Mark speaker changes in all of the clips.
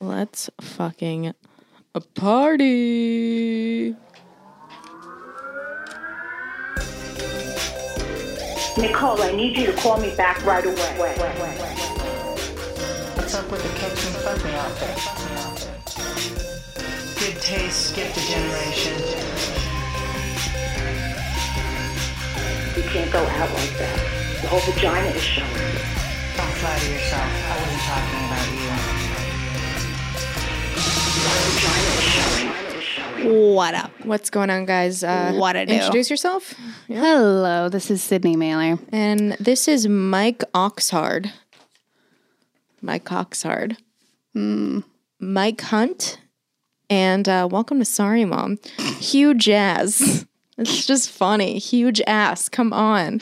Speaker 1: Let's fucking party.
Speaker 2: Nicole, I need you to call me back right away.
Speaker 3: What's up with the catch and fuck me outfit? Good taste, skipped a generation.
Speaker 2: You can't go out like that. The whole vagina is showing.
Speaker 3: Don't flatter yourself. I wasn't talking about you.
Speaker 4: What up?
Speaker 1: What's going on, guys? Uh,
Speaker 4: What it do?
Speaker 1: Introduce yourself.
Speaker 4: Hello, this is Sydney Mailer.
Speaker 1: And this is Mike Oxhard. Mike Oxhard.
Speaker 4: Hmm.
Speaker 1: Mike Hunt. And uh, welcome to Sorry Mom. Huge ass. It's just funny. Huge ass. Come on.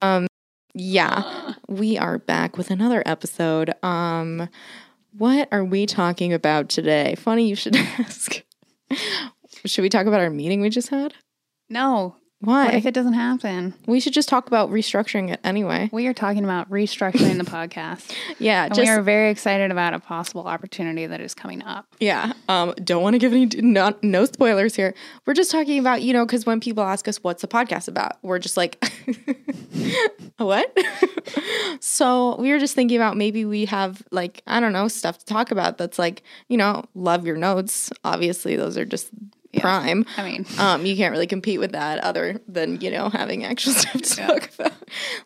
Speaker 1: Um, yeah, we are back with another episode. Um, what are we talking about today? Funny you should ask. should we talk about our meeting we just had?
Speaker 4: No,
Speaker 1: Why?
Speaker 4: what if it doesn't happen?
Speaker 1: we should just talk about restructuring it anyway.
Speaker 4: We are talking about restructuring the podcast.
Speaker 1: Yeah,
Speaker 4: And
Speaker 1: just
Speaker 4: we are very excited about a possible opportunity that is coming up.
Speaker 1: Yeah. Um, don't want to give any not no spoilers here. We're just talking about, you know, because when people ask us what's the podcast about, we're just like what? so we were just thinking about maybe we have like, I don't know, stuff to talk about that's like, you know, love your notes. Obviously, those are just prime.
Speaker 4: I mean,
Speaker 1: Um, you can't really compete with that other than, you know, having actual stuff to talk about.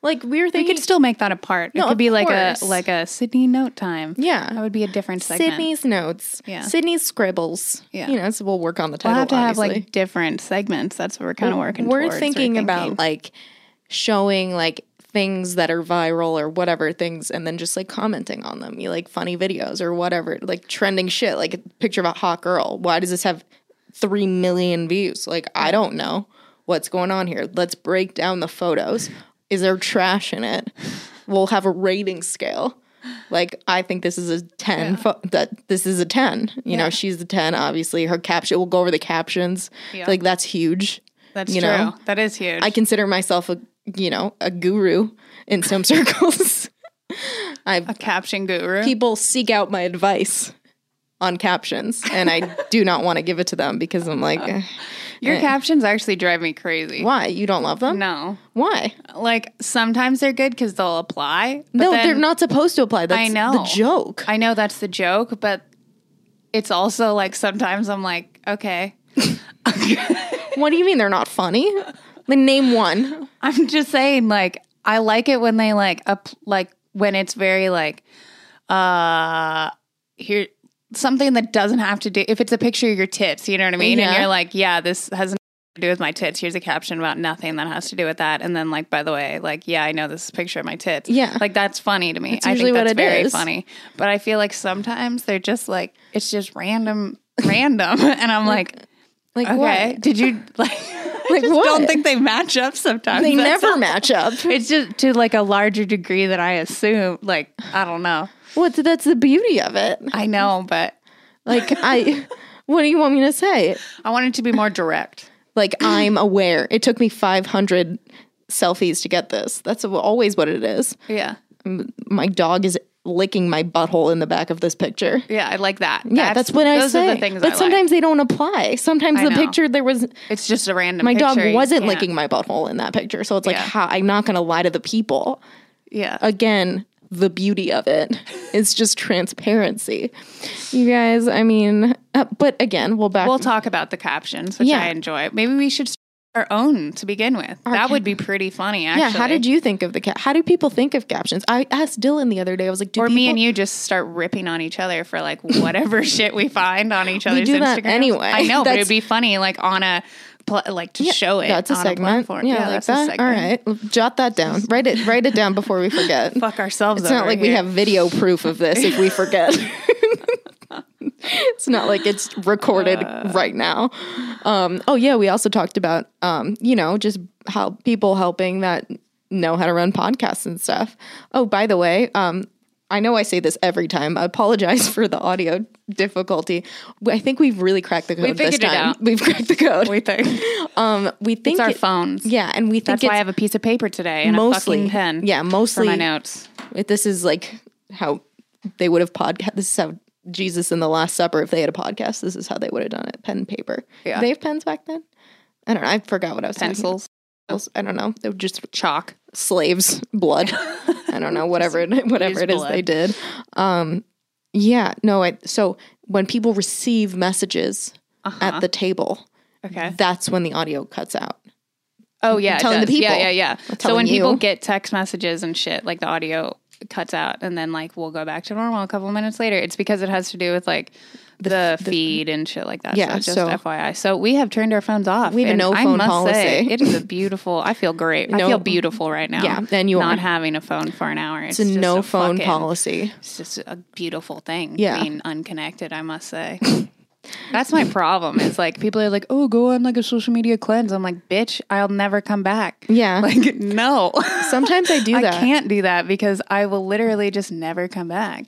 Speaker 1: Like we were
Speaker 4: we
Speaker 1: thinking
Speaker 4: could still make that a part.
Speaker 1: No,
Speaker 4: it could
Speaker 1: of
Speaker 4: be like a
Speaker 1: course.
Speaker 4: like a Sydney note time.
Speaker 1: Yeah.
Speaker 4: That would be a different segment.
Speaker 1: Sydney's notes.
Speaker 4: Yeah.
Speaker 1: Sydney's scribbles.
Speaker 4: Yeah.
Speaker 1: You know, so we'll work on the
Speaker 4: We'll
Speaker 1: title.
Speaker 4: have to have
Speaker 1: obviously.
Speaker 4: like different segments. That's what we're kind of working.
Speaker 1: We're
Speaker 4: towards.
Speaker 1: thinking about
Speaker 4: thinking.
Speaker 1: like showing like things that are viral or whatever things and then just like commenting on them. You like funny videos or whatever, like trending shit, like a picture of a hot girl. Why does this have 3 million views? Like I don't know what's going on here. Let's break down the photos. Is there trash in it? We'll have a rating scale. Like I think this is a 10 pho- that this is a 10. You know, she's the 10 obviously. Her caption we'll go over the captions.
Speaker 4: Yeah.
Speaker 1: Like that's huge.
Speaker 4: that's
Speaker 1: you
Speaker 4: true.
Speaker 1: know,
Speaker 4: that is huge.
Speaker 1: I consider myself a you know a guru in some circles. I
Speaker 4: a caption guru.
Speaker 1: people seek out my advice on captions, and I do not want to give it to them because I'm like, eh,
Speaker 4: Your captions actually drive me crazy.
Speaker 1: why you don't love them?
Speaker 4: No,
Speaker 1: Why?
Speaker 4: like sometimes they're good because they'll apply. but
Speaker 1: no,
Speaker 4: then-
Speaker 1: they're not supposed to apply. That's
Speaker 4: I know
Speaker 1: the joke.
Speaker 4: I know that's the joke, but it's also like sometimes I'm like, okay,
Speaker 1: what do you mean they're not funny? Then name one.
Speaker 4: I'm just saying like I like it when they like up like when it's very like uh here something that doesn't have to do if it's a picture of your tits, you know what I mean? And
Speaker 1: Yeah.
Speaker 4: you're like, yeah, this has nothing to do with my tits. Here's a caption about nothing that has to do with that. And then like by the way, like yeah, I know this is a picture of my tits.
Speaker 1: Yeah.
Speaker 4: Like that's funny to me.
Speaker 1: That's
Speaker 4: I think
Speaker 1: usually what
Speaker 4: that's
Speaker 1: it
Speaker 4: very
Speaker 1: is.
Speaker 4: funny. But I feel like sometimes they're just like it's just random random and I'm like
Speaker 1: Like
Speaker 4: Okay.
Speaker 1: what?
Speaker 4: Did you like? I
Speaker 1: Like
Speaker 4: just
Speaker 1: what?
Speaker 4: don't think they match up sometimes.
Speaker 1: They
Speaker 4: That's
Speaker 1: never
Speaker 4: all.
Speaker 1: match up.
Speaker 4: It's just to like a larger degree that I assume. Like I don't know.
Speaker 1: What? That's the beauty of it.
Speaker 4: I know, but
Speaker 1: Like I. What do you want me to say?
Speaker 4: I wanted to be more direct.
Speaker 1: Like I'm aware. It took me 500 selfies to get this. That's always what it is.
Speaker 4: Yeah.
Speaker 1: My dog is licking my butthole in the back of this picture.
Speaker 4: Yeah, I like that.
Speaker 1: Yeah, that's, what I
Speaker 4: those
Speaker 1: say.
Speaker 4: are the things.
Speaker 1: but
Speaker 4: I
Speaker 1: sometimes they don't apply. Sometimes
Speaker 4: I
Speaker 1: the
Speaker 4: know.
Speaker 1: picture there was
Speaker 4: like. it's just a random.
Speaker 1: my
Speaker 4: picture.
Speaker 1: dog
Speaker 4: You
Speaker 1: wasn't
Speaker 4: can't-
Speaker 1: licking my butthole in that picture. So it's like
Speaker 4: Yeah.
Speaker 1: how I'm not going to lie to the people.
Speaker 4: Yeah.
Speaker 1: Again, the beauty of it is just transparency. You guys, I mean, uh, but again, we'll back
Speaker 4: we'll talk about the captions, which
Speaker 1: Yeah.
Speaker 4: I enjoy. Maybe we should start our own to begin with. that would be pretty funny. Actually.
Speaker 1: Yeah, how did you think of the cap? How do people think of captions? I asked Dylan the other day. I was like, do
Speaker 4: Or me
Speaker 1: people-
Speaker 4: and you just start ripping on each other for like whatever shit we find on each other's
Speaker 1: do that
Speaker 4: Instagrams.
Speaker 1: anyway.
Speaker 4: I know, but
Speaker 1: That's-
Speaker 4: it'd be funny like on a pl- like to show it.
Speaker 1: That's a
Speaker 4: on
Speaker 1: segment.
Speaker 4: platform.
Speaker 1: yeah, like that. All right, jot that down. write it. Write it down before we forget.
Speaker 4: Fuck ourselves.
Speaker 1: It's not
Speaker 4: over
Speaker 1: like we
Speaker 4: here.
Speaker 1: have video proof of this if we forget. it's not like it's recorded
Speaker 4: Uh.
Speaker 1: right now. Um, oh yeah, we also talked about um, you know just how people helping that know how to run podcasts and stuff. Oh, by the way, um, I know I say this every time. I apologize for the audio difficulty. I think we've really cracked the code this
Speaker 4: figured it
Speaker 1: time.
Speaker 4: out.
Speaker 1: We've cracked the code.
Speaker 4: We think.
Speaker 1: um, we think
Speaker 4: It's our
Speaker 1: it-
Speaker 4: phones.
Speaker 1: Yeah, and we think
Speaker 4: That's why I
Speaker 1: it's
Speaker 4: have a piece of paper today and
Speaker 1: mostly
Speaker 4: a fucking pen.
Speaker 1: Yeah,
Speaker 4: for
Speaker 1: mostly
Speaker 4: my notes.
Speaker 1: if this is like how they would have podcast. This is how Jesus and the Last Supper, if they had a podcast, this is how they would have done it: pen and paper.
Speaker 4: Yeah.
Speaker 1: Did they have pens back then? I don't know. I forgot what I was talking about.
Speaker 4: Pencils.
Speaker 1: Pencils. I don't know. They were just
Speaker 4: Chalk.
Speaker 1: slaves blood i don't know whatever it, whatever
Speaker 4: use
Speaker 1: it is they
Speaker 4: blood.
Speaker 1: did um yeah no I, so when people receive messages at the table
Speaker 4: Uh-huh. Okay.
Speaker 1: that's when the audio cuts out
Speaker 4: Oh yeah, it
Speaker 1: telling the
Speaker 4: does.
Speaker 1: people.
Speaker 4: Yeah, yeah, yeah. So
Speaker 1: telling
Speaker 4: when
Speaker 1: you.
Speaker 4: people get text messages and shit, like the audio cuts out, and then like we'll go back to normal a couple minutes later. It's because it has to do with like the, feed and shit like that.
Speaker 1: Yeah,
Speaker 4: Yeah, so just
Speaker 1: so-
Speaker 4: FYI. So we have turned our phones off.
Speaker 1: We have a
Speaker 4: and
Speaker 1: no
Speaker 4: I
Speaker 1: phone
Speaker 4: must Say,
Speaker 1: policy.
Speaker 4: it is a beautiful. I feel great.
Speaker 1: No-
Speaker 4: I feel beautiful right now.
Speaker 1: Yeah, and you
Speaker 4: not
Speaker 1: are.
Speaker 4: having a phone for an hour. It's,
Speaker 1: it's a
Speaker 4: just
Speaker 1: no phone
Speaker 4: fucking-
Speaker 1: policy
Speaker 4: It's just a beautiful thing.
Speaker 1: Yeah.
Speaker 4: being unconnected. I must say. That's my problem. It's like people are like, "Oh, go on like a social media cleanse." I'm like, "Bitch, I'll never come back."
Speaker 1: yeah
Speaker 4: Like, no.
Speaker 1: sometimes i do
Speaker 4: I
Speaker 1: that
Speaker 4: can't do that because I will literally just never come back.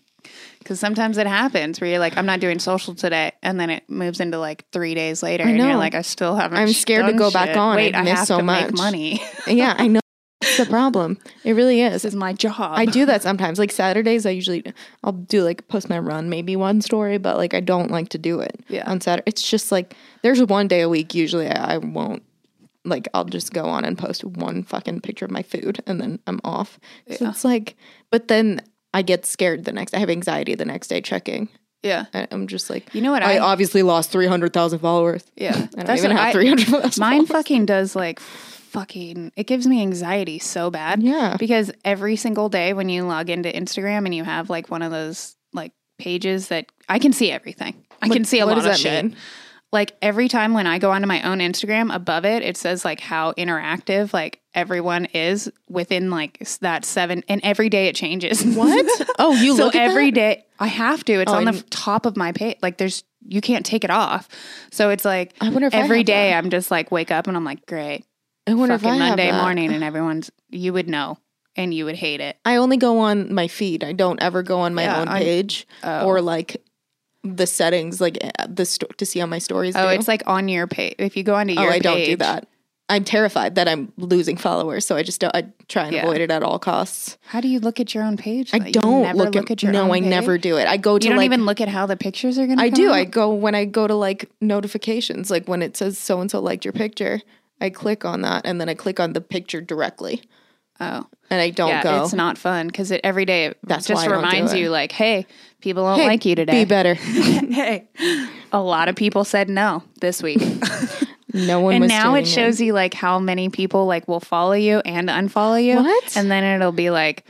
Speaker 4: Because sometimes it happens where you're like, I'm not doing social today. And then it moves into like three days later. And you're
Speaker 1: know.
Speaker 4: like, I still haven't.
Speaker 1: I'm scared to
Speaker 4: done
Speaker 1: go back
Speaker 4: shit.
Speaker 1: on.
Speaker 4: Wait,
Speaker 1: I've
Speaker 4: I
Speaker 1: missed
Speaker 4: have
Speaker 1: so
Speaker 4: to
Speaker 1: much.
Speaker 4: make money.
Speaker 1: yeah i know that's the problem it really is
Speaker 4: this is my job.
Speaker 1: I do that sometimes. Like Saturdays, I usually I'll do like post my run, maybe one story, but like I don't like to do it.
Speaker 4: Yeah.
Speaker 1: On Saturday, it's just like there's one day a week usually I, I won't. Like I'll just go on and post one fucking picture of my food, and then I'm off. So it's like, but then I get scared the next. I have anxiety the next day checking.
Speaker 4: Yeah.
Speaker 1: I, I'm just like,
Speaker 4: You know what
Speaker 1: I,
Speaker 4: I-
Speaker 1: obviously lost three hundred thousand followers.
Speaker 4: Yeah.
Speaker 1: I don't
Speaker 4: That's
Speaker 1: even
Speaker 4: what
Speaker 1: have
Speaker 4: I-
Speaker 1: three hundred thousand.
Speaker 4: Mine fucking does like fucking it gives me anxiety so bad.
Speaker 1: Yeah.
Speaker 4: Because every single day when you log into Instagram and you have like one of those like pages that I can see everything. I can see a
Speaker 1: what does
Speaker 4: lot of
Speaker 1: that
Speaker 4: shit.
Speaker 1: mean?
Speaker 4: Like every time when I go onto my own Instagram, above it it says like how interactive like everyone is within like s- that seven and every day it changes.
Speaker 1: What? Oh, you
Speaker 4: so
Speaker 1: look at
Speaker 4: every
Speaker 1: that? Oh,
Speaker 4: day I have to. It's on the
Speaker 1: and-
Speaker 4: f- top of my page. Like there's you can't take it off. So it's like
Speaker 1: I wonder if I
Speaker 4: every
Speaker 1: have
Speaker 4: day
Speaker 1: that.
Speaker 4: I'm just like wake up and I'm like great
Speaker 1: I wonder if I
Speaker 4: fucking
Speaker 1: have
Speaker 4: Monday
Speaker 1: that.
Speaker 4: morning and everyone's you would know and you would hate it.
Speaker 1: I only go on my feed. I don't ever go on my
Speaker 4: Yeah,
Speaker 1: own
Speaker 4: I-
Speaker 1: page
Speaker 4: Oh.
Speaker 1: or like the settings, like eh, the sto- to see how my stories.
Speaker 4: Oh,
Speaker 1: do.
Speaker 4: it's like on your page. If you go onto
Speaker 1: oh,
Speaker 4: your
Speaker 1: I
Speaker 4: page,
Speaker 1: don't do that. I'm terrified that I'm losing followers, so I just don't. I try and
Speaker 4: Yeah.
Speaker 1: avoid it at all costs.
Speaker 4: How do you look at your own page?
Speaker 1: I
Speaker 4: though? You
Speaker 1: don't
Speaker 4: never
Speaker 1: look, at, your. No,
Speaker 4: own
Speaker 1: I never
Speaker 4: page?
Speaker 1: do it. I go to
Speaker 4: You don't
Speaker 1: like.
Speaker 4: even look at how the pictures are gonna.
Speaker 1: I
Speaker 4: come
Speaker 1: do.
Speaker 4: out?
Speaker 1: I go when I go to like notifications, like when it says so and so liked your picture. I click on that, and then I click on the picture directly,
Speaker 4: oh
Speaker 1: and I don't
Speaker 4: yeah,
Speaker 1: go.
Speaker 4: it's not fun because it, every day it
Speaker 1: That's why
Speaker 4: just
Speaker 1: I don't do
Speaker 4: reminds
Speaker 1: it.
Speaker 4: you like, hey, people don't
Speaker 1: Hey,
Speaker 4: like you
Speaker 1: Be
Speaker 4: today.
Speaker 1: better.
Speaker 4: hey, a lot of people said no this week,
Speaker 1: No one.
Speaker 4: and
Speaker 1: was
Speaker 4: now it
Speaker 1: tuning in.
Speaker 4: shows you like how many people like will follow you and unfollow you.
Speaker 1: What?
Speaker 4: And then it'll be like,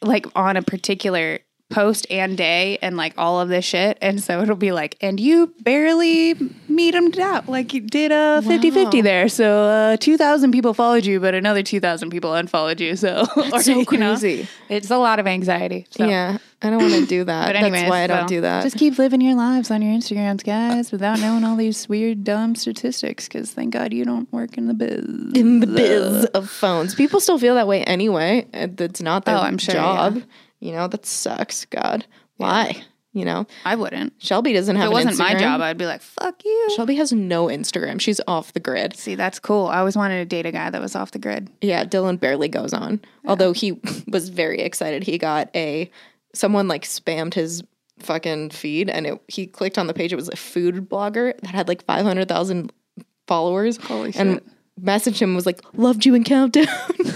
Speaker 4: like on a particular post and day and like all of this shit. And so it'll be like, and you barely meet them out. Like you did a 50 50 there. So uh, 2,000 people followed you, but another 2,000 people unfollowed you. So, or,
Speaker 1: so
Speaker 4: you know,
Speaker 1: crazy.
Speaker 4: it's a lot of anxiety. So.
Speaker 1: Yeah, I don't want to do that.
Speaker 4: But anyways,
Speaker 1: That's why I don't
Speaker 4: so
Speaker 1: do that.
Speaker 4: Just keep living your lives on your Instagrams, guys, without knowing all these weird, dumb statistics. Because thank God you don't work in the biz.
Speaker 1: in the biz of phones, people still feel that way anyway. and That's not their
Speaker 4: Oh, I'm sure,
Speaker 1: job. You know that sucks. God, why? You know,
Speaker 4: I wouldn't.
Speaker 1: Shelby doesn't
Speaker 4: If
Speaker 1: have.
Speaker 4: it
Speaker 1: an
Speaker 4: wasn't my
Speaker 1: Instagram.
Speaker 4: job, I'd be like, "Fuck you."
Speaker 1: Shelby has no Instagram. She's off the grid.
Speaker 4: See, that's cool. I always wanted to date a guy that was off the grid.
Speaker 1: Yeah, Dylan barely goes on. Although he was very excited. He got a someone like spammed his fucking feed and it, he clicked on the page. It was a food blogger that had like 500,000 followers. Holy And
Speaker 4: shit.
Speaker 1: messaged him and was like, "Loved you in Countdown."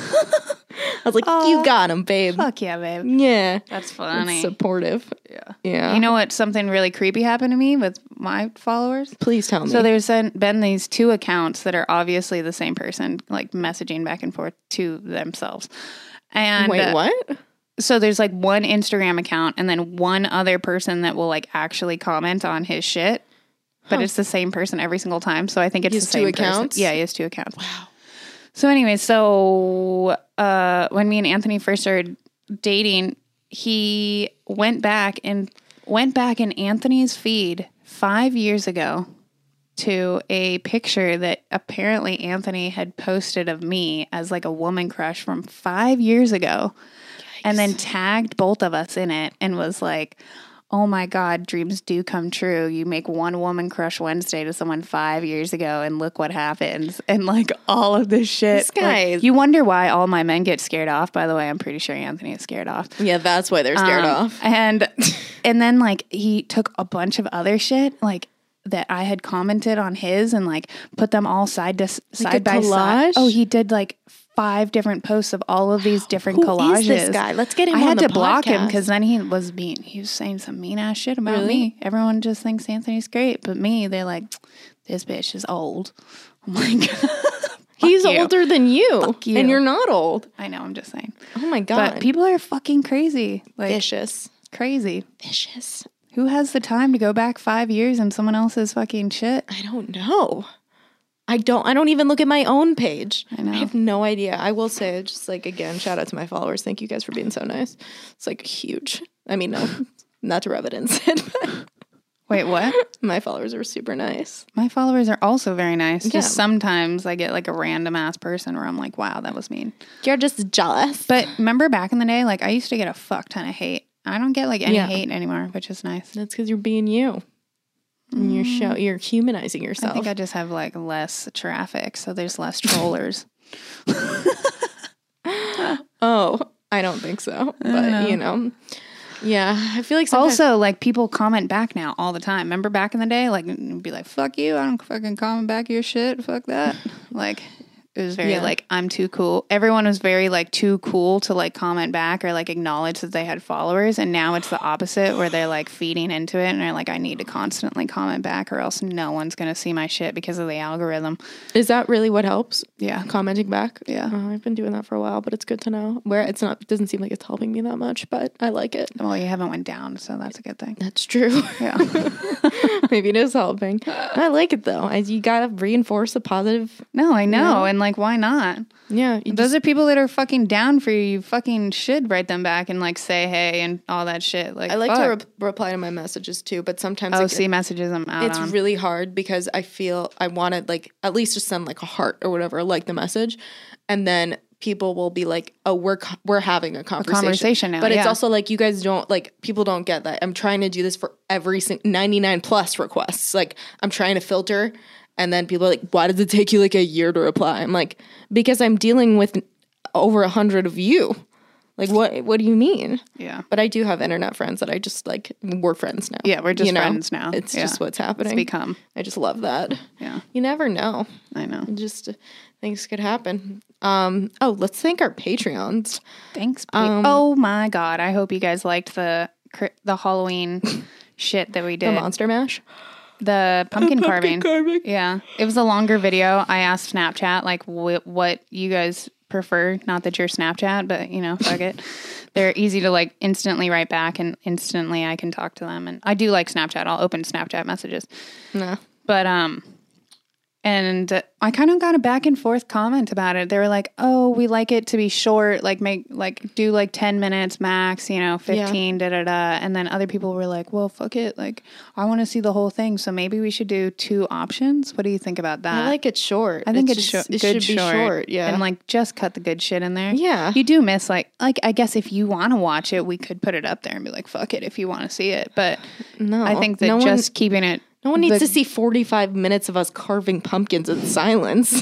Speaker 1: I was like, "You got him, babe."
Speaker 4: Fuck yeah, babe.
Speaker 1: Yeah.
Speaker 4: That's
Speaker 1: That's
Speaker 4: funny.
Speaker 1: supportive. Yeah. Yeah.
Speaker 4: you know what? Something really creepy happened to me with my followers.
Speaker 1: Please tell me.
Speaker 4: So there's been, been these two accounts that are obviously the same person, like messaging back and forth to themselves. And
Speaker 1: Wait,
Speaker 4: uh,
Speaker 1: what?
Speaker 4: so there's like one Instagram account and then one other person that will like actually comment on his shit. But it's the same person every single time. So I think it's
Speaker 1: He has
Speaker 4: the same
Speaker 1: two
Speaker 4: person.
Speaker 1: accounts?
Speaker 4: Yeah, he has two accounts. Wow. So anyway, so uh when me and Anthony first started dating, he went back and went back in Anthony's feed five years ago to a picture that apparently Anthony had posted of me as like a woman crush from five years ago and then tagged both of us in it and was like, oh my God, dreams do come true. You make one woman crush Wednesday to someone five years ago and look what happens. And like all of this shit.
Speaker 1: This guy
Speaker 4: Like,
Speaker 1: is-
Speaker 4: you wonder why all my men get scared off. By the way, I'm pretty sure Anthony is scared off.
Speaker 1: Yeah, that's why they're scared
Speaker 4: Um,
Speaker 1: off.
Speaker 4: And and then like he took a bunch of other shit like that I had commented on his and like put them all side to s-
Speaker 1: Like a
Speaker 4: side by
Speaker 1: collage?
Speaker 4: side. Oh, he did like five different posts of all of these different
Speaker 1: Who
Speaker 4: collages.
Speaker 1: is this guy? Let's get him
Speaker 4: I
Speaker 1: on
Speaker 4: had
Speaker 1: the
Speaker 4: to block him
Speaker 1: podcast.
Speaker 4: because then he was mean. He was saying some mean ass shit about
Speaker 1: Really?
Speaker 4: me. Everyone just thinks Anthony's great, but me, they're like, this bitch is old. Oh I'm like,
Speaker 1: He's
Speaker 4: you.
Speaker 1: older than you,
Speaker 4: you.
Speaker 1: and you're not old.
Speaker 4: I know. I'm just saying,
Speaker 1: Oh my god,
Speaker 4: but people are fucking crazy. Like
Speaker 1: vicious,
Speaker 4: crazy.
Speaker 1: vicious.
Speaker 4: Who has the time to go back five years in someone else's fucking shit?
Speaker 1: I don't know. I don't. I don't even look at my own page. I
Speaker 4: know.
Speaker 1: I have no idea. I will say, just like again, shout out to my followers. Thank you guys for being so nice. It's like huge. I mean, no, not to rub it in, Sid, but
Speaker 4: Wait, what?
Speaker 1: my followers are super nice.
Speaker 4: My followers are also very nice.
Speaker 1: Yeah.
Speaker 4: Just sometimes I get like a random ass person where I'm like, wow, that was mean.
Speaker 1: You're just jealous.
Speaker 4: But remember back in the day, like I used to get a fuck ton of hate. I don't get like any
Speaker 1: Yeah.
Speaker 4: hate anymore, which is nice.
Speaker 1: That's because you're being you. And you're show. You're humanizing yourself.
Speaker 4: I think I just have like less traffic, so there's less trollers.
Speaker 1: Oh, I don't think so. But you know, yeah, I feel like sometimes
Speaker 4: also, like people comment back now all the time. Remember back in the day, like it'd be like, fuck you, I don't fucking comment back your shit. Fuck that. like it was very
Speaker 1: Yeah.
Speaker 4: like I'm too cool. Everyone was very like too cool to like comment back or like acknowledge that they had followers. And now it's the opposite where they're like feeding into it and they're like, I need to constantly comment back or else no one's gonna see my shit because of the algorithm.
Speaker 1: is that really what helps?
Speaker 4: Yeah.
Speaker 1: Commenting back.
Speaker 4: Yeah.
Speaker 1: Oh, I've been doing that for a while, but it's good to know. Where it's not it doesn't seem like it's helping me that much, but I like it.
Speaker 4: Well, you haven't went down, so that's a good thing.
Speaker 1: That's true.
Speaker 4: Yeah.
Speaker 1: Maybe it is helping. I like it though. As you gotta reinforce the positive.
Speaker 4: no, I know. And like why not?
Speaker 1: Yeah. You
Speaker 4: Those are people that are fucking down for you. You fucking should write them back and like say hey and all that shit. Like
Speaker 1: I like to
Speaker 4: fuck.
Speaker 1: re- reply to my messages too, but sometimes
Speaker 4: oh
Speaker 1: like,
Speaker 4: see messages I'm out
Speaker 1: it's
Speaker 4: on.
Speaker 1: really hard because I feel I want to like at least just send like a heart or whatever, like the message, and then people will be like, "Oh, we're co- we're having a conversation,
Speaker 4: conversation now,
Speaker 1: But it's
Speaker 4: yeah.
Speaker 1: also like you guys don't like people don't get that. I'm trying to do this for every sing- 99 plus requests. Like I'm trying to filter, and then people are like, "Why does it take you like a year to reply?" I'm like, because I'm dealing with over a hundred of you. Like what? What do you mean?
Speaker 4: yeah.
Speaker 1: But I do have internet friends that I just like. We're friends now.
Speaker 4: Yeah, we're just friends now.
Speaker 1: It's
Speaker 4: Yeah.
Speaker 1: just what's happening.
Speaker 4: become.
Speaker 1: I just love that.
Speaker 4: Yeah.
Speaker 1: You never know.
Speaker 4: I know.
Speaker 1: Just uh, things could happen. Um. Oh, let's thank our Patreons.
Speaker 4: Thanks. Pete. oh my god. I hope you guys liked the cri- the Halloween shit that we
Speaker 1: The
Speaker 4: did. The,
Speaker 1: Monster Mash.
Speaker 4: pumpkin, carving.
Speaker 1: carving.
Speaker 4: Yeah. It was a longer video. I asked Snapchat like wh- what you guys prefer. Not that you're Snapchat, but you know, fuck it. They're easy to like instantly write back and instantly I can talk to them and I do like Snapchat. I'll open Snapchat messages.
Speaker 1: No.
Speaker 4: But um and I kind of got a back and forth comment about it. They were like, "Oh, we like it to be short, like make like do like 10 minutes max, you know, 15 da da da." And then other people were like, "Well, fuck it. Like I want to see the whole thing, so maybe we should do two options. What do you think about that?"
Speaker 1: I like it short.
Speaker 4: Uh, I think it's,
Speaker 1: just-
Speaker 4: short.
Speaker 1: It
Speaker 4: good
Speaker 1: should be short. Yeah.
Speaker 4: and like just cut the good shit in there.
Speaker 1: Yeah.
Speaker 4: you do miss like like I guess if you want to watch it, we could put it up there and be like, "Fuck it," if you want to see it. But
Speaker 1: no,
Speaker 4: I think that
Speaker 1: no
Speaker 4: just keeping
Speaker 1: one,
Speaker 4: it.
Speaker 1: no one needs to
Speaker 4: the-
Speaker 1: see forty five minutes of us carving pumpkins in silence.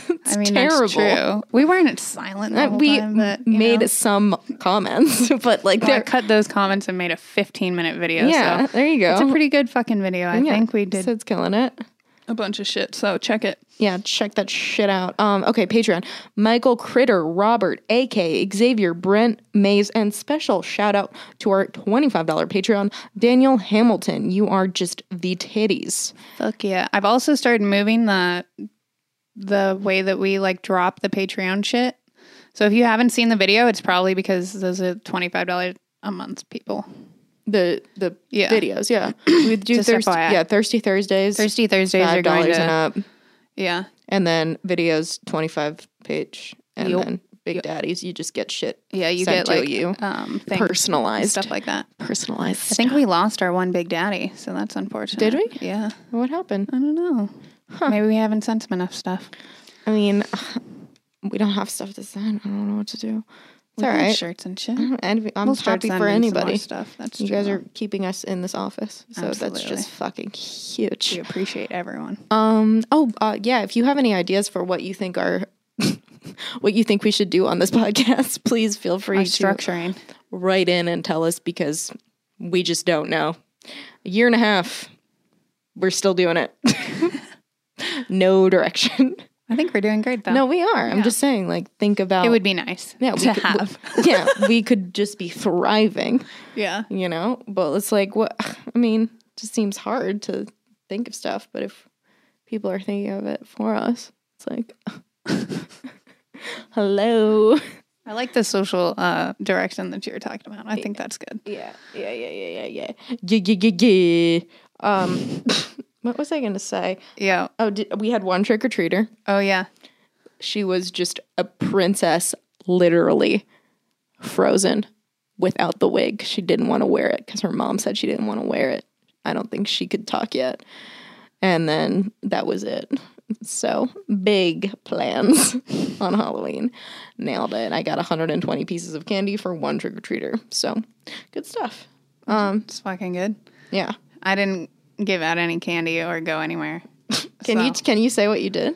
Speaker 1: It's
Speaker 4: I mean,
Speaker 1: terrible.
Speaker 4: that's true. We weren't silent. The
Speaker 1: Uh,
Speaker 4: whole
Speaker 1: We
Speaker 4: time, but, you
Speaker 1: made
Speaker 4: know.
Speaker 1: some comments, but like
Speaker 4: Well, I
Speaker 1: they're
Speaker 4: cut those comments and made a 15 minute video.
Speaker 1: yeah.
Speaker 4: so
Speaker 1: There you go.
Speaker 4: it's a pretty good fucking video. I think we did
Speaker 1: So it's killing it.
Speaker 4: a bunch of shit. So check it.
Speaker 1: Yeah, check that shit out. Um, okay, Patreon. Michael Critter, Robert, AK, Xavier, Brent, Mays, and special shout out to our $25 Patreon, Daniel Hamilton. You are just the titties.
Speaker 4: Fuck yeah! I've also started moving the the way that we like drop the Patreon shit. So if you haven't seen the video, it's probably because those are twenty five dollars a month people.
Speaker 1: The the
Speaker 4: Yeah.
Speaker 1: videos, yeah. We do
Speaker 4: Just
Speaker 1: Thursday,
Speaker 4: FYI.
Speaker 1: yeah, Thirsty Thursdays.
Speaker 4: Thursday Thursdays are
Speaker 1: five
Speaker 4: going
Speaker 1: dollars
Speaker 4: to
Speaker 1: and up.
Speaker 4: yeah
Speaker 1: And then videos twenty five page. And
Speaker 4: Yup.
Speaker 1: then Big Daddies, you just get shit.
Speaker 4: yeah you
Speaker 1: sent
Speaker 4: get like
Speaker 1: to you.
Speaker 4: um things,
Speaker 1: personalized.
Speaker 4: stuff like that.
Speaker 1: personalized.
Speaker 4: I think we lost our one big daddy, so that's unfortunate.
Speaker 1: Did we?
Speaker 4: Yeah,
Speaker 1: what happened?
Speaker 4: I don't know. Maybe we haven't sent him enough stuff.
Speaker 1: I mean, we don't have stuff to send. I don't know what to do.
Speaker 4: It's
Speaker 1: all right. Mm-hmm.
Speaker 4: Shirts and shit.
Speaker 1: And I'm
Speaker 4: We'll
Speaker 1: happy for
Speaker 4: pop them in some more
Speaker 1: anybody.
Speaker 4: Stuff. That's
Speaker 1: You
Speaker 4: true.
Speaker 1: guys are keeping us in this office, so that's
Speaker 4: Absolutely.
Speaker 1: just fucking huge.
Speaker 4: We appreciate everyone.
Speaker 1: Um. Oh, uh, yeah. If you have any ideas for what you think are, what you think we should do on this podcast, please feel free
Speaker 4: Our
Speaker 1: to
Speaker 4: structuring.
Speaker 1: write in and tell us because we just don't know. A year and a half, we're still doing it. no direction.
Speaker 4: I think we're doing great though.
Speaker 1: No, we are. I'm just saying. Like, think about
Speaker 4: it would be nice.
Speaker 1: Yeah, we
Speaker 4: to
Speaker 1: could- we-
Speaker 4: have.
Speaker 1: yeah, we could just be thriving,
Speaker 4: yeah.
Speaker 1: you know? But it's like, what? I mean, it just seems hard to think of stuff. But if people are thinking of it for us, it's like, hello.
Speaker 4: I like the social uh, direction that you were talking about. I think that's good.
Speaker 1: Yeah, yeah, yeah, yeah, yeah, yeah. Yeah, yeah, yeah, yeah. Um, what was I going to say?
Speaker 4: Yeah.
Speaker 1: Oh, did, we had one trick or treater.
Speaker 4: Oh yeah.
Speaker 1: She was just a princess, literally frozen without the wig. She didn't want to wear it because her mom said she didn't want to wear it. I don't think she could talk yet. And then that was it. So big plans on Halloween. Nailed it. I got 120 pieces of candy for one trick or treater. So good stuff.
Speaker 4: It's fucking good.
Speaker 1: Yeah.
Speaker 4: I didn't give out any candy or go anywhere.
Speaker 1: Can you can you say what you did?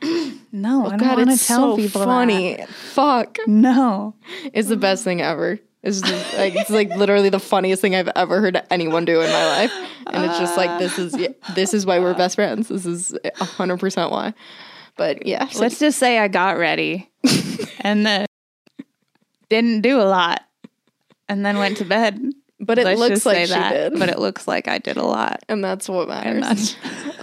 Speaker 1: Oh,
Speaker 4: No, I don't want to tell people that.
Speaker 1: funny. Fuck.
Speaker 4: No.
Speaker 1: It's the best thing ever. It's just, like it's like literally the funniest thing I've ever heard anyone do in my life, and it's just like this is this is why we're best friends. This is hundred percent why. But yeah, it's like,
Speaker 4: Let's just say I got ready and then didn't do a lot and then went to bed.
Speaker 1: but it
Speaker 4: Let's
Speaker 1: looks
Speaker 4: just
Speaker 1: like
Speaker 4: say
Speaker 1: she
Speaker 4: that,
Speaker 1: did,
Speaker 4: But it looks like I did a lot.
Speaker 1: and that's what matters.
Speaker 4: And that's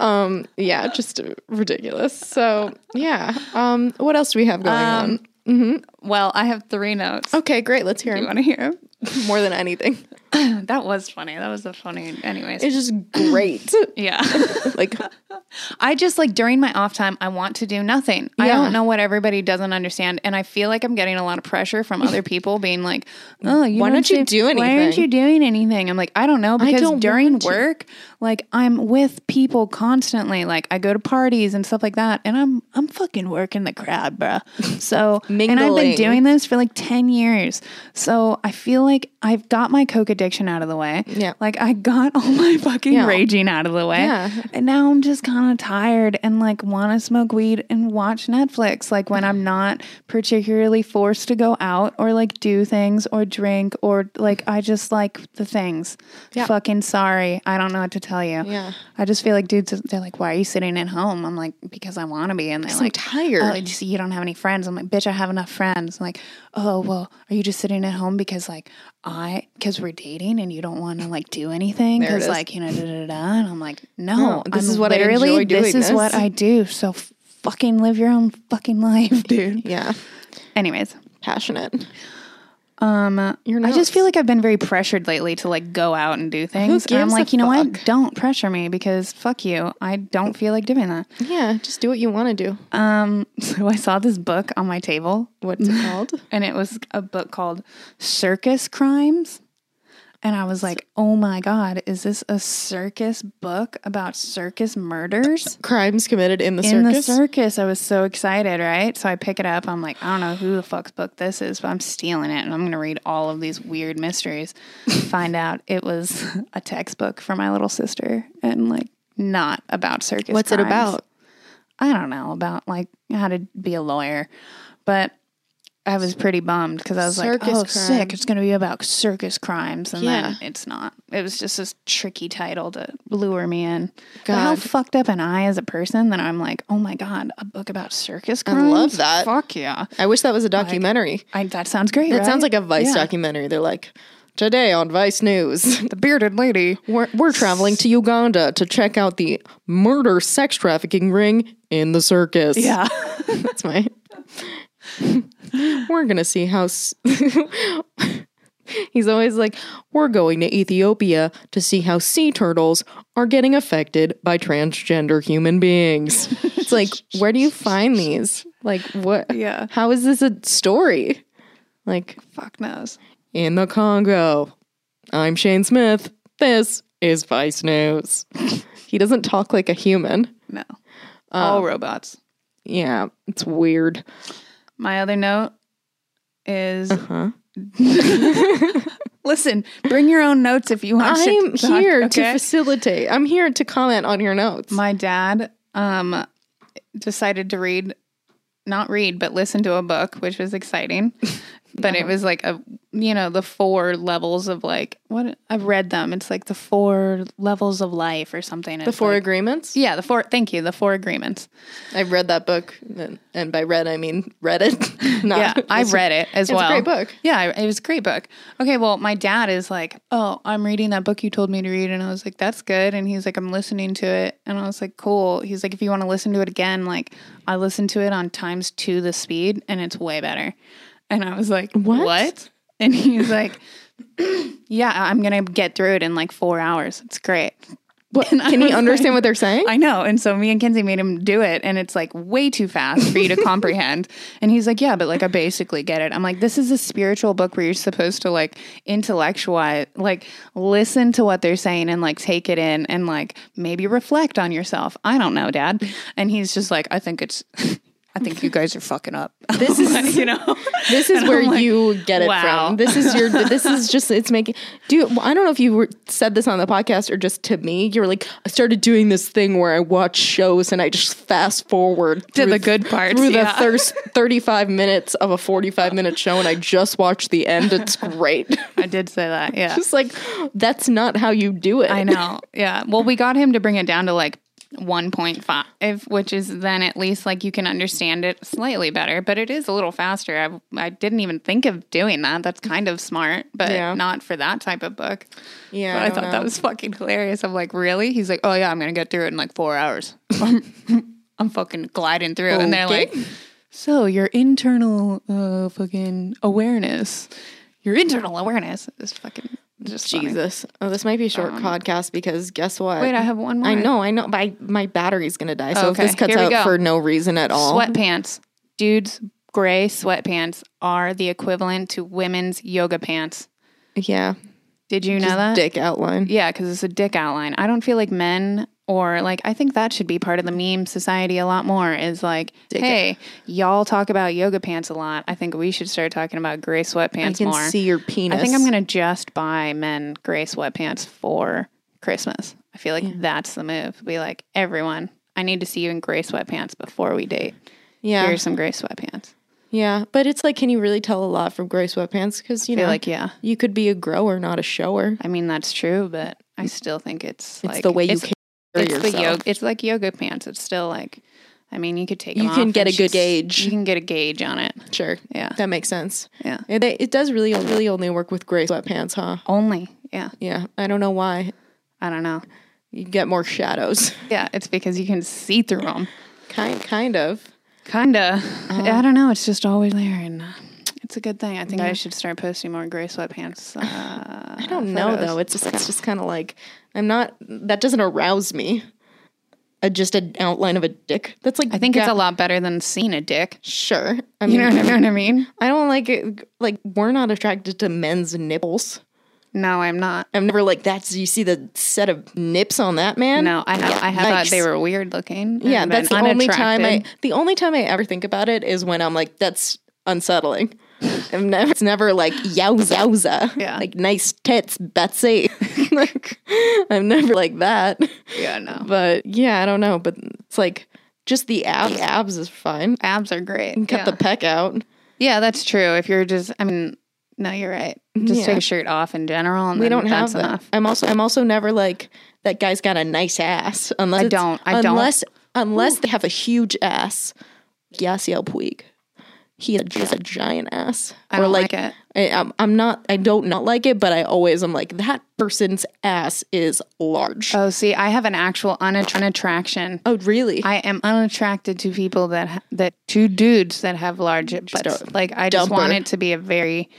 Speaker 1: um, yeah, just ridiculous. So yeah, um, what else do we have going
Speaker 4: Um,
Speaker 1: on?
Speaker 4: well, I have three notes.
Speaker 1: Okay, great. Let's hear
Speaker 4: You
Speaker 1: him.
Speaker 4: want to hear?
Speaker 1: more than anything.
Speaker 4: 'em? That was funny. That was a funny. Anyways,
Speaker 1: It's just great.
Speaker 4: yeah.
Speaker 1: like
Speaker 4: I just like during my off time, I want to do nothing. I
Speaker 1: Yeah.
Speaker 4: don't know what everybody doesn't understand, and I feel like I'm getting a lot of pressure from other people being like, "Oh, you
Speaker 1: Mm. Why don't you
Speaker 4: seem-
Speaker 1: do
Speaker 4: Why aren't
Speaker 1: anything?"
Speaker 4: you doing anything?" I'm like, I don't know because
Speaker 1: don't
Speaker 4: during
Speaker 1: want to."
Speaker 4: work, like I'm with people constantly. Like I go to parties and stuff like that, and I'm I'm fucking working the crowd, bruh. So and I've been
Speaker 1: Mingling.
Speaker 4: doing this for like ten years, so I feel like I've got my coke addiction out of the way.
Speaker 1: Yeah.
Speaker 4: like I got all my fucking
Speaker 1: Yeah.
Speaker 4: raging out of the way.
Speaker 1: Yeah.
Speaker 4: And now I'm just kind of tired and like want to smoke weed and watch Netflix. Like when I'm not particularly forced to go out or like do things or drink or like I just like the things.
Speaker 1: Yeah.
Speaker 4: Fucking sorry. I don't know what to tell you.
Speaker 1: Yeah.
Speaker 4: I just feel like dudes, they're like, why are you sitting at home? I'm like, because I want to be. And they're
Speaker 1: I'm
Speaker 4: like,
Speaker 1: tired.
Speaker 4: Oh, just, you don't have any friends. I'm like, bitch, I have enough friends. I'm like, oh, well, are you just sitting at home because like I, because we're dating and you don't want to like do anything?
Speaker 1: There it
Speaker 4: Because
Speaker 1: is.
Speaker 4: like, you know, da, da, da, da. And I'm like, no,
Speaker 1: No, Oh, this
Speaker 4: I'm
Speaker 1: is what I
Speaker 4: literally-
Speaker 1: enjoy doing
Speaker 4: This is what
Speaker 1: this.
Speaker 4: I do. So fucking live your own fucking life, dude.
Speaker 1: yeah,
Speaker 4: Anyways,
Speaker 1: passionate.
Speaker 4: um,
Speaker 1: Your
Speaker 4: I just
Speaker 1: notes.
Speaker 4: feel like I've been very pressured lately to like go out and do things. and I'm
Speaker 1: gives a
Speaker 4: like, you know what?
Speaker 1: fuck?
Speaker 4: Don't pressure me because fuck you. I don't feel like doing that.
Speaker 1: Yeah, just do what you want to do.
Speaker 4: Um, so I saw this book on my table
Speaker 1: What's it called?
Speaker 4: and it was a book called Circus Crimes. And I was like, oh my God, is this a circus book about circus murders?
Speaker 1: Crimes committed in the
Speaker 4: In the
Speaker 1: circus.
Speaker 4: circus, I was so excited, right? So I pick it up. I'm like, I don't know who the fuck's book this is, but I'm stealing it and I'm going to read all of these weird mysteries. Find out it was a textbook for my little sister and like not about circus.
Speaker 1: What's it
Speaker 4: crimes.
Speaker 1: about?
Speaker 4: I don't know about like how to be a lawyer, but I was pretty bummed because I was
Speaker 1: Circus
Speaker 4: like, "Oh,
Speaker 1: crime.
Speaker 4: sick! It's going to be about circus crimes," and
Speaker 1: Yeah.
Speaker 4: then it's not. It was just this tricky title to lure me in. But how
Speaker 1: God.
Speaker 4: fucked up am I as a person that I'm like, "Oh my god, a book about circus
Speaker 1: I
Speaker 4: crimes!"
Speaker 1: love that.
Speaker 4: Fuck yeah!
Speaker 1: I wish that was a documentary.
Speaker 4: I, that sounds great.
Speaker 1: That
Speaker 4: right?
Speaker 1: sounds like a Vice
Speaker 4: Yeah.
Speaker 1: documentary. They're like, today on Vice News,
Speaker 4: The bearded lady.
Speaker 1: we're, we're traveling to Uganda to check out the murder sex trafficking ring in the circus.
Speaker 4: Yeah,
Speaker 1: That's my. we're going to see how. s- He's always like, we're going to Ethiopia to see how sea turtles are getting affected by transgender human beings. it's like, where do you find these? Like, what?
Speaker 4: Yeah.
Speaker 1: How is this a story? Like,
Speaker 4: fuck knows.
Speaker 1: in the Congo. I'm Shane Smith. This is Vice News. he doesn't talk like a human.
Speaker 4: No,
Speaker 1: Um,
Speaker 4: all robots.
Speaker 1: Yeah, it's weird.
Speaker 4: My other note is. Listen, bring your own notes if you want. shit
Speaker 1: I'm
Speaker 4: to talk,
Speaker 1: here to
Speaker 4: okay?
Speaker 1: facilitate. I'm here to comment on your notes.
Speaker 4: My dad um, decided to read, not read, but listen to a book, which was exciting. But it was like a, you know, the four levels of like what I've read them. It's like the four levels of life or something.
Speaker 1: the Four Agreements.
Speaker 4: yeah, the four. Thank you, the four agreements.
Speaker 1: I've read that book, and, and by read I mean read it. Not,
Speaker 4: yeah, I read it as
Speaker 1: it's a
Speaker 4: well.
Speaker 1: great book.
Speaker 4: Yeah, I- it was a great book. Okay, well, my dad is like, "Oh, I'm reading that book you told me to read," and I was like, "That's good." And he's like, "I'm listening to it," and I was like, "Cool." He's like, "If you want to listen to it again, like I listened to it on times two the speed, and it's way better." And I was like,
Speaker 1: What?
Speaker 4: "What?" And he's like, "Yeah, I'm gonna get through it in like four hours. It's great."
Speaker 1: What,
Speaker 4: And I
Speaker 1: can
Speaker 4: was
Speaker 1: you
Speaker 4: like-
Speaker 1: understand what they're saying?
Speaker 4: I know. And so me and Kinsey made him do it, and it's like way too fast for you to comprehend. And he's like, Yeah, but like I basically get it. I'm like, This is a spiritual book where you're supposed to like intellectualize, like listen to what they're saying and like take it in and like maybe reflect on yourself. I don't know, Dad. And he's just like, I think it's. I think you guys are fucking up. This is, you know,
Speaker 1: this is
Speaker 4: And
Speaker 1: where
Speaker 4: I'm like,
Speaker 1: you get it
Speaker 4: wow.
Speaker 1: from. This is your. This is just. It's making. Do you- well, I don't know if you were, said this on the podcast or just to me. You were like, I started doing this thing where I watch shows and I just fast forward
Speaker 4: To
Speaker 1: through
Speaker 4: the good
Speaker 1: th-
Speaker 4: parts,
Speaker 1: through
Speaker 4: yeah.
Speaker 1: the thirst, thirty-five minutes of a forty-five minute show, and I just watch the end. It's great.
Speaker 4: I did say that. Yeah.
Speaker 1: It's like that's not how you do it.
Speaker 4: I know. Yeah. Well, we got him to bring it down to like 1.5, which is then at least like you can understand it slightly better, but it is a little faster. I, I didn't even think of doing that. That's kind of smart, but
Speaker 1: Yeah.
Speaker 4: not for that type of book.
Speaker 1: Yeah,
Speaker 4: But
Speaker 1: I
Speaker 4: I,
Speaker 1: don't
Speaker 4: thought
Speaker 1: know.
Speaker 4: that was fucking hilarious. I'm like, really? He's like, oh yeah, I'm going to get through it in like four hours. I'm fucking gliding through. And they're
Speaker 1: Okay.
Speaker 4: like, so your internal uh, fucking awareness, your internal awareness is fucking just funny.
Speaker 1: Jesus. Oh, this might be a short podcast because guess what?
Speaker 4: Um, Wait, I have one more.
Speaker 1: I know, I know, but I, my battery's gonna die. So
Speaker 4: Okay,
Speaker 1: if this cuts
Speaker 4: here we
Speaker 1: out
Speaker 4: go.
Speaker 1: for no reason at all,
Speaker 4: Sweatpants. Dudes, gray sweatpants are the equivalent to women's yoga pants.
Speaker 1: yeah,
Speaker 4: Did you know that?
Speaker 1: dick outline.
Speaker 4: Yeah, because it's a dick outline. I don't feel like men or like I think that should be part of the meme society a lot more is like, hey, y'all talk about yoga pants a lot. I think we should start talking about gray
Speaker 1: I
Speaker 4: sweatpants
Speaker 1: can
Speaker 4: more.
Speaker 1: see your penis.
Speaker 4: I think I'm gonna just buy men gray sweatpants for Christmas. I feel like that's the move. Be like, everyone, I need to see you in gray sweatpants before we date.
Speaker 1: Yeah,
Speaker 4: Here's some gray sweatpants.
Speaker 1: yeah, but it's like, can you really tell a lot from gray sweatpants? Because you
Speaker 4: I
Speaker 1: know,
Speaker 4: feel like yeah.
Speaker 1: you could be a grower, not a shower.
Speaker 4: I mean that's true, but I still think it's,
Speaker 1: It's
Speaker 4: like
Speaker 1: the way you
Speaker 4: it's,
Speaker 1: carry
Speaker 4: it's
Speaker 1: yourself.
Speaker 4: the yoga. It's like yoga pants. It's still like, I mean, you could take.
Speaker 1: You
Speaker 4: them
Speaker 1: can
Speaker 4: off
Speaker 1: get
Speaker 4: and
Speaker 1: a good
Speaker 4: just-
Speaker 1: gauge.
Speaker 4: You can get a gauge on it.
Speaker 1: Sure,
Speaker 4: Yeah.
Speaker 1: that makes sense.
Speaker 4: Yeah.
Speaker 1: Yeah, they, it does really, really only work with gray sweatpants, huh?
Speaker 4: Only. Yeah.
Speaker 1: Yeah, I don't know why.
Speaker 4: I don't know.
Speaker 1: You get more shadows,
Speaker 4: Yeah, it's because you can see through them.
Speaker 1: kind, kind of.
Speaker 4: Kinda. I don't know. It's just always there, and uh, it's a good thing. I think I should start posting more gray sweatpants. Uh,
Speaker 1: I don't know though. It's just it's just kind of like I'm not. That doesn't arouse me. Uh, just an outline of a dick. That's like
Speaker 4: I think it's
Speaker 1: yeah,
Speaker 4: a lot better than seeing a dick.
Speaker 1: Sure, I
Speaker 4: You
Speaker 1: mean,
Speaker 4: know what I- know what I mean?
Speaker 1: I don't like it. Like we're not attracted to men's nipples.
Speaker 4: No, I'm not.
Speaker 1: I'm never like that's. You see the set of nips on that man.
Speaker 4: No, I have, I have thought
Speaker 1: yikes.
Speaker 4: they were weird looking.
Speaker 1: Yeah,
Speaker 4: and
Speaker 1: that's the
Speaker 4: then
Speaker 1: only time I.
Speaker 4: unattractive.
Speaker 1: The only time I ever think about it is when I'm like, that's unsettling. I'm never, it's never like yowza, yowza.
Speaker 4: Yeah.
Speaker 1: Like nice tits, Betsy. like I'm never like that.
Speaker 4: Yeah, no.
Speaker 1: But yeah, I don't know. But it's like just the abs. abs is fine.
Speaker 4: Abs are great.
Speaker 1: Cut
Speaker 4: yeah.
Speaker 1: the peck out.
Speaker 4: Yeah, that's true. If you're just, I mean, no, you're right. Just
Speaker 1: Yeah.
Speaker 4: take a shirt off in general, and
Speaker 1: We
Speaker 4: then
Speaker 1: don't
Speaker 4: that's
Speaker 1: have that.
Speaker 4: enough.
Speaker 1: I'm also I'm also never like that guy's got a nice ass unless
Speaker 4: I
Speaker 1: it's-
Speaker 4: don't- I don't.
Speaker 1: unless unless they have a huge ass. Yasiel Puig, he has just a giant ass.
Speaker 4: I don't like it.
Speaker 1: I, I'm, I'm not. I don't not like it, but I always am like that person's ass is large.
Speaker 4: Oh, see, I have an actual unatt- unattraction.
Speaker 1: oh really?
Speaker 4: I am unattracted to people that ha- that two dudes that have large butts.
Speaker 1: a
Speaker 4: Like I just
Speaker 1: dumper.
Speaker 4: want it to be a very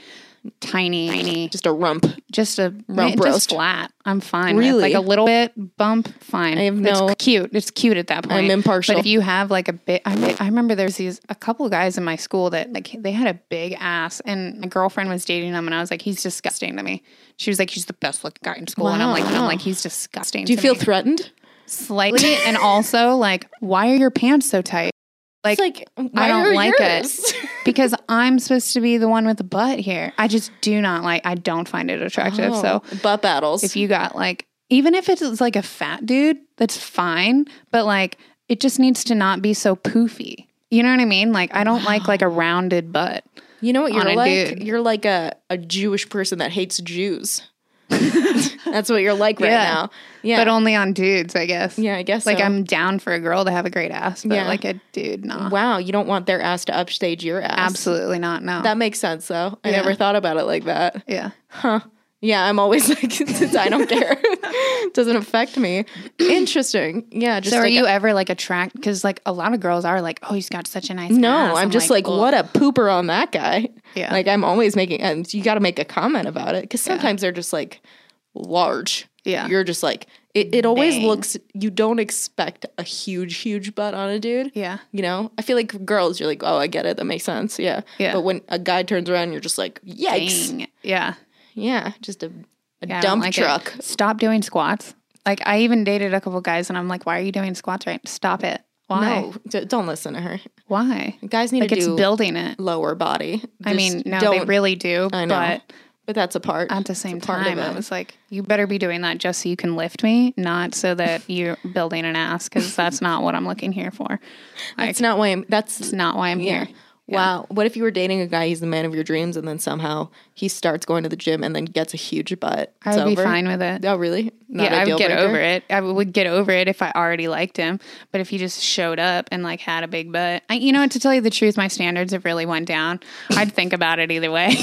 Speaker 4: tiny, tiny,
Speaker 1: just a rump.
Speaker 4: just a
Speaker 1: rump
Speaker 4: just
Speaker 1: roast.
Speaker 4: flat. I'm fine.
Speaker 1: Really?
Speaker 4: With. Like a little bit bump, fine.
Speaker 1: I have
Speaker 4: It's
Speaker 1: no-
Speaker 4: cute. It's cute at that point.
Speaker 1: I'm impartial.
Speaker 4: But if you have like a big, I, re- I remember there's these a couple guys in my school that like they had a big ass, and my girlfriend was dating him, and I was like, he's disgusting to me. She was like, he's the best looking guy in school, and I'm like, and I'm like, he's disgusting.
Speaker 1: Do you
Speaker 4: to
Speaker 1: feel
Speaker 4: me."
Speaker 1: threatened?
Speaker 4: slightly, and also like, why are your pants so tight? Like,
Speaker 1: It's like
Speaker 4: I
Speaker 1: why
Speaker 4: don't
Speaker 1: are
Speaker 4: like
Speaker 1: yours?
Speaker 4: it because I'm supposed to be the one with the butt here. I just do not like. I don't find it attractive. So
Speaker 1: Oh, butt battles.
Speaker 4: if you got like, even if it's like a fat dude, that's fine. But like, it just needs to not be so poofy. You know what I mean? Like, I don't like like a rounded butt.
Speaker 1: You know what
Speaker 4: on
Speaker 1: you're
Speaker 4: a
Speaker 1: like?
Speaker 4: dude.
Speaker 1: You're like a, a Jewish person that hates Jews. That's what you're like right
Speaker 4: Yeah.
Speaker 1: now. Yeah.
Speaker 4: but only on dudes, I guess.
Speaker 1: yeah, I guess
Speaker 4: Like
Speaker 1: so.
Speaker 4: I'm down for a girl to have a great ass, but
Speaker 1: Yeah.
Speaker 4: like a dude, not.
Speaker 1: Wow, you don't want their ass to upstage your ass.
Speaker 4: Absolutely not. No.
Speaker 1: That makes sense though. I
Speaker 4: Yeah.
Speaker 1: never thought about it like that.
Speaker 4: yeah.
Speaker 1: Yeah, I'm always like I don't care. Doesn't affect me. Interesting. Yeah, just
Speaker 4: so are
Speaker 1: like
Speaker 4: you ever like attract? Because like a lot of girls are like, oh, he's got such a nice.
Speaker 1: no,
Speaker 4: ass."
Speaker 1: I'm just like,
Speaker 4: "Ugh."
Speaker 1: what a pooper on that guy.
Speaker 4: Yeah.
Speaker 1: Like I'm always making and you got to make a comment about it cuz sometimes they're just like large.
Speaker 4: Yeah.
Speaker 1: You're just like it, it always
Speaker 4: Dang.
Speaker 1: looks you don't expect a huge huge butt on a dude.
Speaker 4: Yeah.
Speaker 1: You know, I feel like girls, you're like, oh, I get it. That makes sense. Yeah.
Speaker 4: Yeah.
Speaker 1: But when a guy turns around, you're just like, yikes.
Speaker 4: Dang. Yeah.
Speaker 1: Yeah. Just a, a
Speaker 4: Yeah, I don't
Speaker 1: dump
Speaker 4: like it.
Speaker 1: truck.
Speaker 4: Stop doing squats. Like I even dated a couple guys, and I'm like, why are you doing squats? Right? Stop it. Why?
Speaker 1: No, d- don't listen to her.
Speaker 4: Why?
Speaker 1: Guys need
Speaker 4: Like
Speaker 1: to
Speaker 4: it's
Speaker 1: do
Speaker 4: building it.
Speaker 1: lower body.
Speaker 4: I
Speaker 1: Just
Speaker 4: mean, no,
Speaker 1: don't,
Speaker 4: they really do.
Speaker 1: I know.
Speaker 4: But
Speaker 1: but that's a part.
Speaker 4: at the
Speaker 1: It's a
Speaker 4: same
Speaker 1: part of
Speaker 4: time, I
Speaker 1: it.
Speaker 4: was like, you better be doing that just so you can lift me, not so that you're building an ass, because that's not what I'm looking here for. Like,
Speaker 1: That's not why I'm. That's
Speaker 4: it's not why I'm
Speaker 1: yeah.
Speaker 4: here.
Speaker 1: Wow. What if you were dating a guy? He's the man of your dreams, and then somehow he starts going to the gym and then gets a huge butt.
Speaker 4: I would
Speaker 1: It's
Speaker 4: be
Speaker 1: over?
Speaker 4: fine with it.
Speaker 1: Oh, really? Not a
Speaker 4: yeah, I would
Speaker 1: deal
Speaker 4: get
Speaker 1: breaker?
Speaker 4: over it. I would get over it if I already liked him. But if he just showed up and like had a big butt, I, you know, to tell you the truth, my standards have really went down. I'd think about it either way.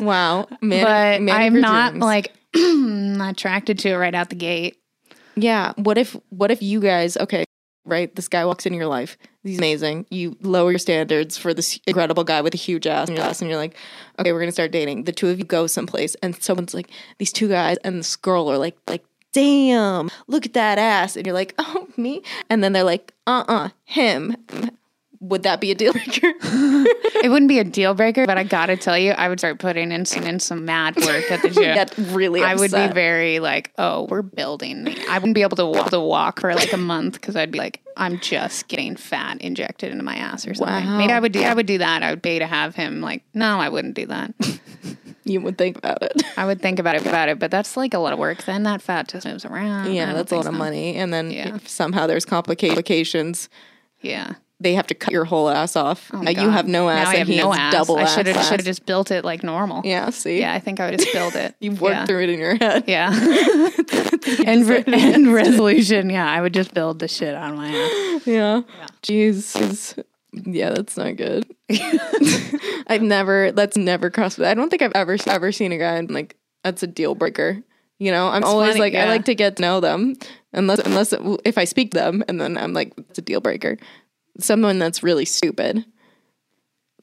Speaker 1: Wow. Man,
Speaker 4: but
Speaker 1: man of
Speaker 4: I'm
Speaker 1: your
Speaker 4: not
Speaker 1: dreams.
Speaker 4: like attracted to it right out the gate.
Speaker 1: Yeah. What if what if you guys okay, right? This guy walks into your life. He's amazing. You lower your standards for this incredible guy with a huge ass and your ass and you're like, okay, we're gonna start dating. The two of you go someplace and someone's like, these two guys and this girl are like like damn, look at that ass. And you're like, oh me? And then they're like, uh-uh, him. Would that be a deal breaker?
Speaker 4: It wouldn't be a deal breaker, but I gotta tell you, I would start putting in some, in some mad work at the gym.
Speaker 1: That really
Speaker 4: I would be
Speaker 1: upset.
Speaker 4: very like, oh, we're building. the- I wouldn't be able to walk, to walk for like a month because I'd be like, I'm just getting fat injected into my ass or something.
Speaker 1: Wow.
Speaker 4: Maybe I would do. I would do that. I would pay to have him. Like, no, I wouldn't do that.
Speaker 1: you would think about it.
Speaker 4: I would think about it, about it, but that's like a lot of work. Then that fat just moves around. I
Speaker 1: Yeah,
Speaker 4: don't
Speaker 1: that's a
Speaker 4: think
Speaker 1: lot of
Speaker 4: so.
Speaker 1: money. And then
Speaker 4: Yeah.
Speaker 1: if somehow there's complica- complications.
Speaker 4: Yeah,
Speaker 1: they have to cut your whole ass off.
Speaker 4: Oh,
Speaker 1: Now Uh, you
Speaker 4: God.
Speaker 1: have no ass,
Speaker 4: Now I
Speaker 1: and
Speaker 4: have
Speaker 1: he
Speaker 4: no
Speaker 1: has
Speaker 4: ass.
Speaker 1: double
Speaker 4: I
Speaker 1: ass.
Speaker 4: should have
Speaker 1: ass.
Speaker 4: should have just built it like normal.
Speaker 1: yeah, see,
Speaker 4: yeah. I think I would just build it.
Speaker 1: you've worked
Speaker 4: Yeah.
Speaker 1: through it in your head.
Speaker 4: Yeah. and, re- and resolution. Yeah, I would just build the shit on my ass.
Speaker 1: Yeah. Jeez. It's- Yeah, that's not good. I've never that's never crossed. I don't think I've ever ever seen a guy and like that's a deal breaker. You know, I'm always
Speaker 4: funny,
Speaker 1: like I
Speaker 4: yeah.
Speaker 1: like to get to know them unless unless if I speak to them and then I'm like it's a deal breaker. Someone that's really stupid.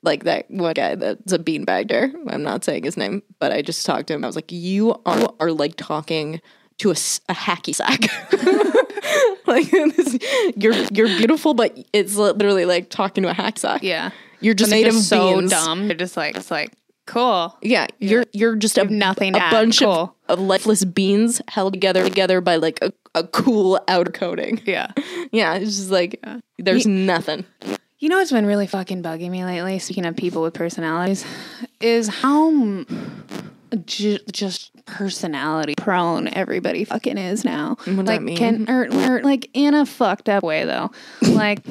Speaker 1: Like that one guy that's a beanbagger. I'm not saying his name, but I just talked to him. I was like, "You are, are like talking to a, s- a hacky sack." like this, you're you're beautiful, but it's literally like talking to a hack sack.
Speaker 4: Yeah.
Speaker 1: You're just
Speaker 4: And
Speaker 1: made
Speaker 4: they're just
Speaker 1: of
Speaker 4: so
Speaker 1: beans.
Speaker 4: dumb. They're just like, it's like, cool.
Speaker 1: Yeah, you're you're just a,
Speaker 4: nothing to
Speaker 1: a
Speaker 4: add.
Speaker 1: bunch
Speaker 4: Cool.
Speaker 1: of, of lifeless beans held together together by like a, a cool outer coating.
Speaker 4: Yeah.
Speaker 1: Yeah, it's just like there's nothing.
Speaker 4: You know what's been really fucking bugging me lately, speaking of people with personalities, is how m- ju- just personality prone everybody fucking is now.
Speaker 1: does
Speaker 4: like,
Speaker 1: that mean?
Speaker 4: Can, or, or, like, in a fucked up way, though. like,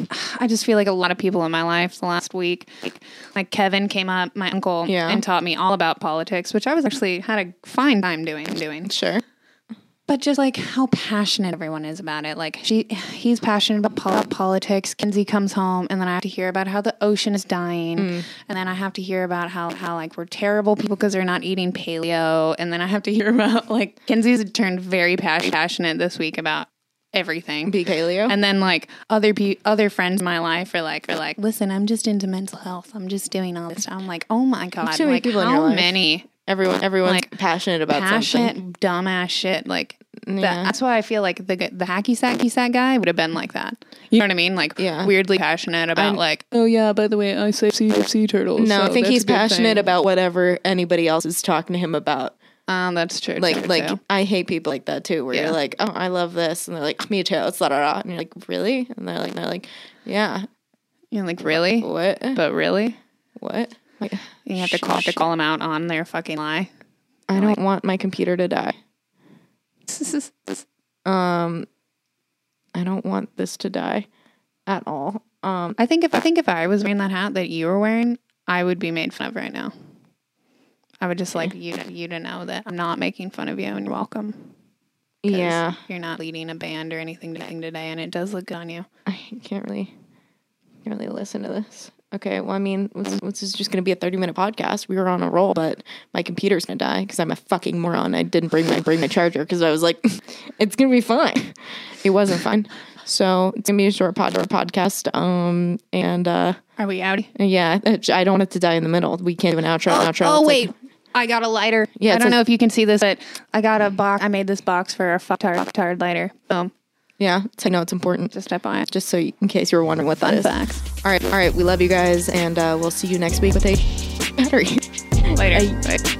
Speaker 4: I just feel like a lot of people in my life the last week, like, like Kevin came up, my uncle,
Speaker 1: Yeah.
Speaker 4: and taught me all about politics, which I was actually had a fine time doing. doing
Speaker 1: Sure.
Speaker 4: but just like how passionate everyone is about it. Like she, he's passionate about pol- politics. Kinsey comes home, and then I have to hear about how the ocean is dying,
Speaker 1: Mm.
Speaker 4: and then I have to hear about how how like we're terrible people because they're not eating paleo, and then I have to hear about like Kinsey's turned very pas- passionate this week about everything.
Speaker 1: Be paleo.
Speaker 4: And then like other pe- other friends in my life are like are like, listen, I'm just into mental health. I'm just doing all this. I'm like, oh my god,
Speaker 1: too many
Speaker 4: like
Speaker 1: people in your
Speaker 4: how
Speaker 1: life.
Speaker 4: many
Speaker 1: Everyone everyone's
Speaker 4: like,
Speaker 1: passionate about
Speaker 4: passionate
Speaker 1: something.
Speaker 4: dumbass shit. Like that-
Speaker 1: Yeah.
Speaker 4: that's why I feel like the the hacky sacky sack guy would have been like that. You know what I mean? Like
Speaker 1: Yeah.
Speaker 4: weirdly passionate about like oh yeah. By the way, I save sea, sea turtles.
Speaker 1: No, I
Speaker 4: so
Speaker 1: think
Speaker 4: that's
Speaker 1: he's
Speaker 4: a good
Speaker 1: passionate
Speaker 4: thing."
Speaker 1: about whatever anybody else is talking to him about.
Speaker 4: Um, that's true.
Speaker 1: Like
Speaker 4: true,
Speaker 1: like
Speaker 4: too.
Speaker 1: I hate people like that too, where
Speaker 4: Yeah.
Speaker 1: you're like, oh, I love this, and they're like, me too. It's da da da, and you're like, really? And they're like, they're like, yeah,
Speaker 4: you're like really,
Speaker 1: what,
Speaker 4: but really,
Speaker 1: what? Like,
Speaker 4: you have to call to call them out on their fucking lie.
Speaker 1: I don't want my computer to die. I don't want this to die at all. Um,
Speaker 4: I think if I think if I was wearing that hat that you were wearing, I would be made fun of right now. I would just like you to, you to know that I'm not making fun of you and you're welcome. 'Cause
Speaker 1: yeah,
Speaker 4: you're not leading a band or anything today, today, and it does look good on you.
Speaker 1: I can't really, can't really listen to this. Okay, well, I mean, this this is just gonna be a thirty-minute podcast. We were on a roll, but my computer's gonna die because I'm a fucking moron. I didn't bring my bring my charger because I was like, it's gonna be fine. It wasn't fine. So it's gonna be a short pod podcast. Um, and uh,
Speaker 4: Are we out?
Speaker 1: yeah, I don't want it to die in the middle. We can't do an outro. an outro. It's
Speaker 4: Oh
Speaker 1: like-
Speaker 4: wait, I got a lighter.
Speaker 1: Yeah,
Speaker 4: I
Speaker 1: it's
Speaker 4: don't
Speaker 1: like-
Speaker 4: know if you can see this, but I got a box. I made this box for a fucktard fucktard lighter. Boom,
Speaker 1: yeah, it's like no, it's important.
Speaker 4: just up on it.
Speaker 1: just so you, in case you were wondering what that
Speaker 4: Fun
Speaker 1: is.
Speaker 4: facts.
Speaker 1: All right, all right. We love you guys, and uh, we'll see you next week with a battery.
Speaker 4: Later. Bye.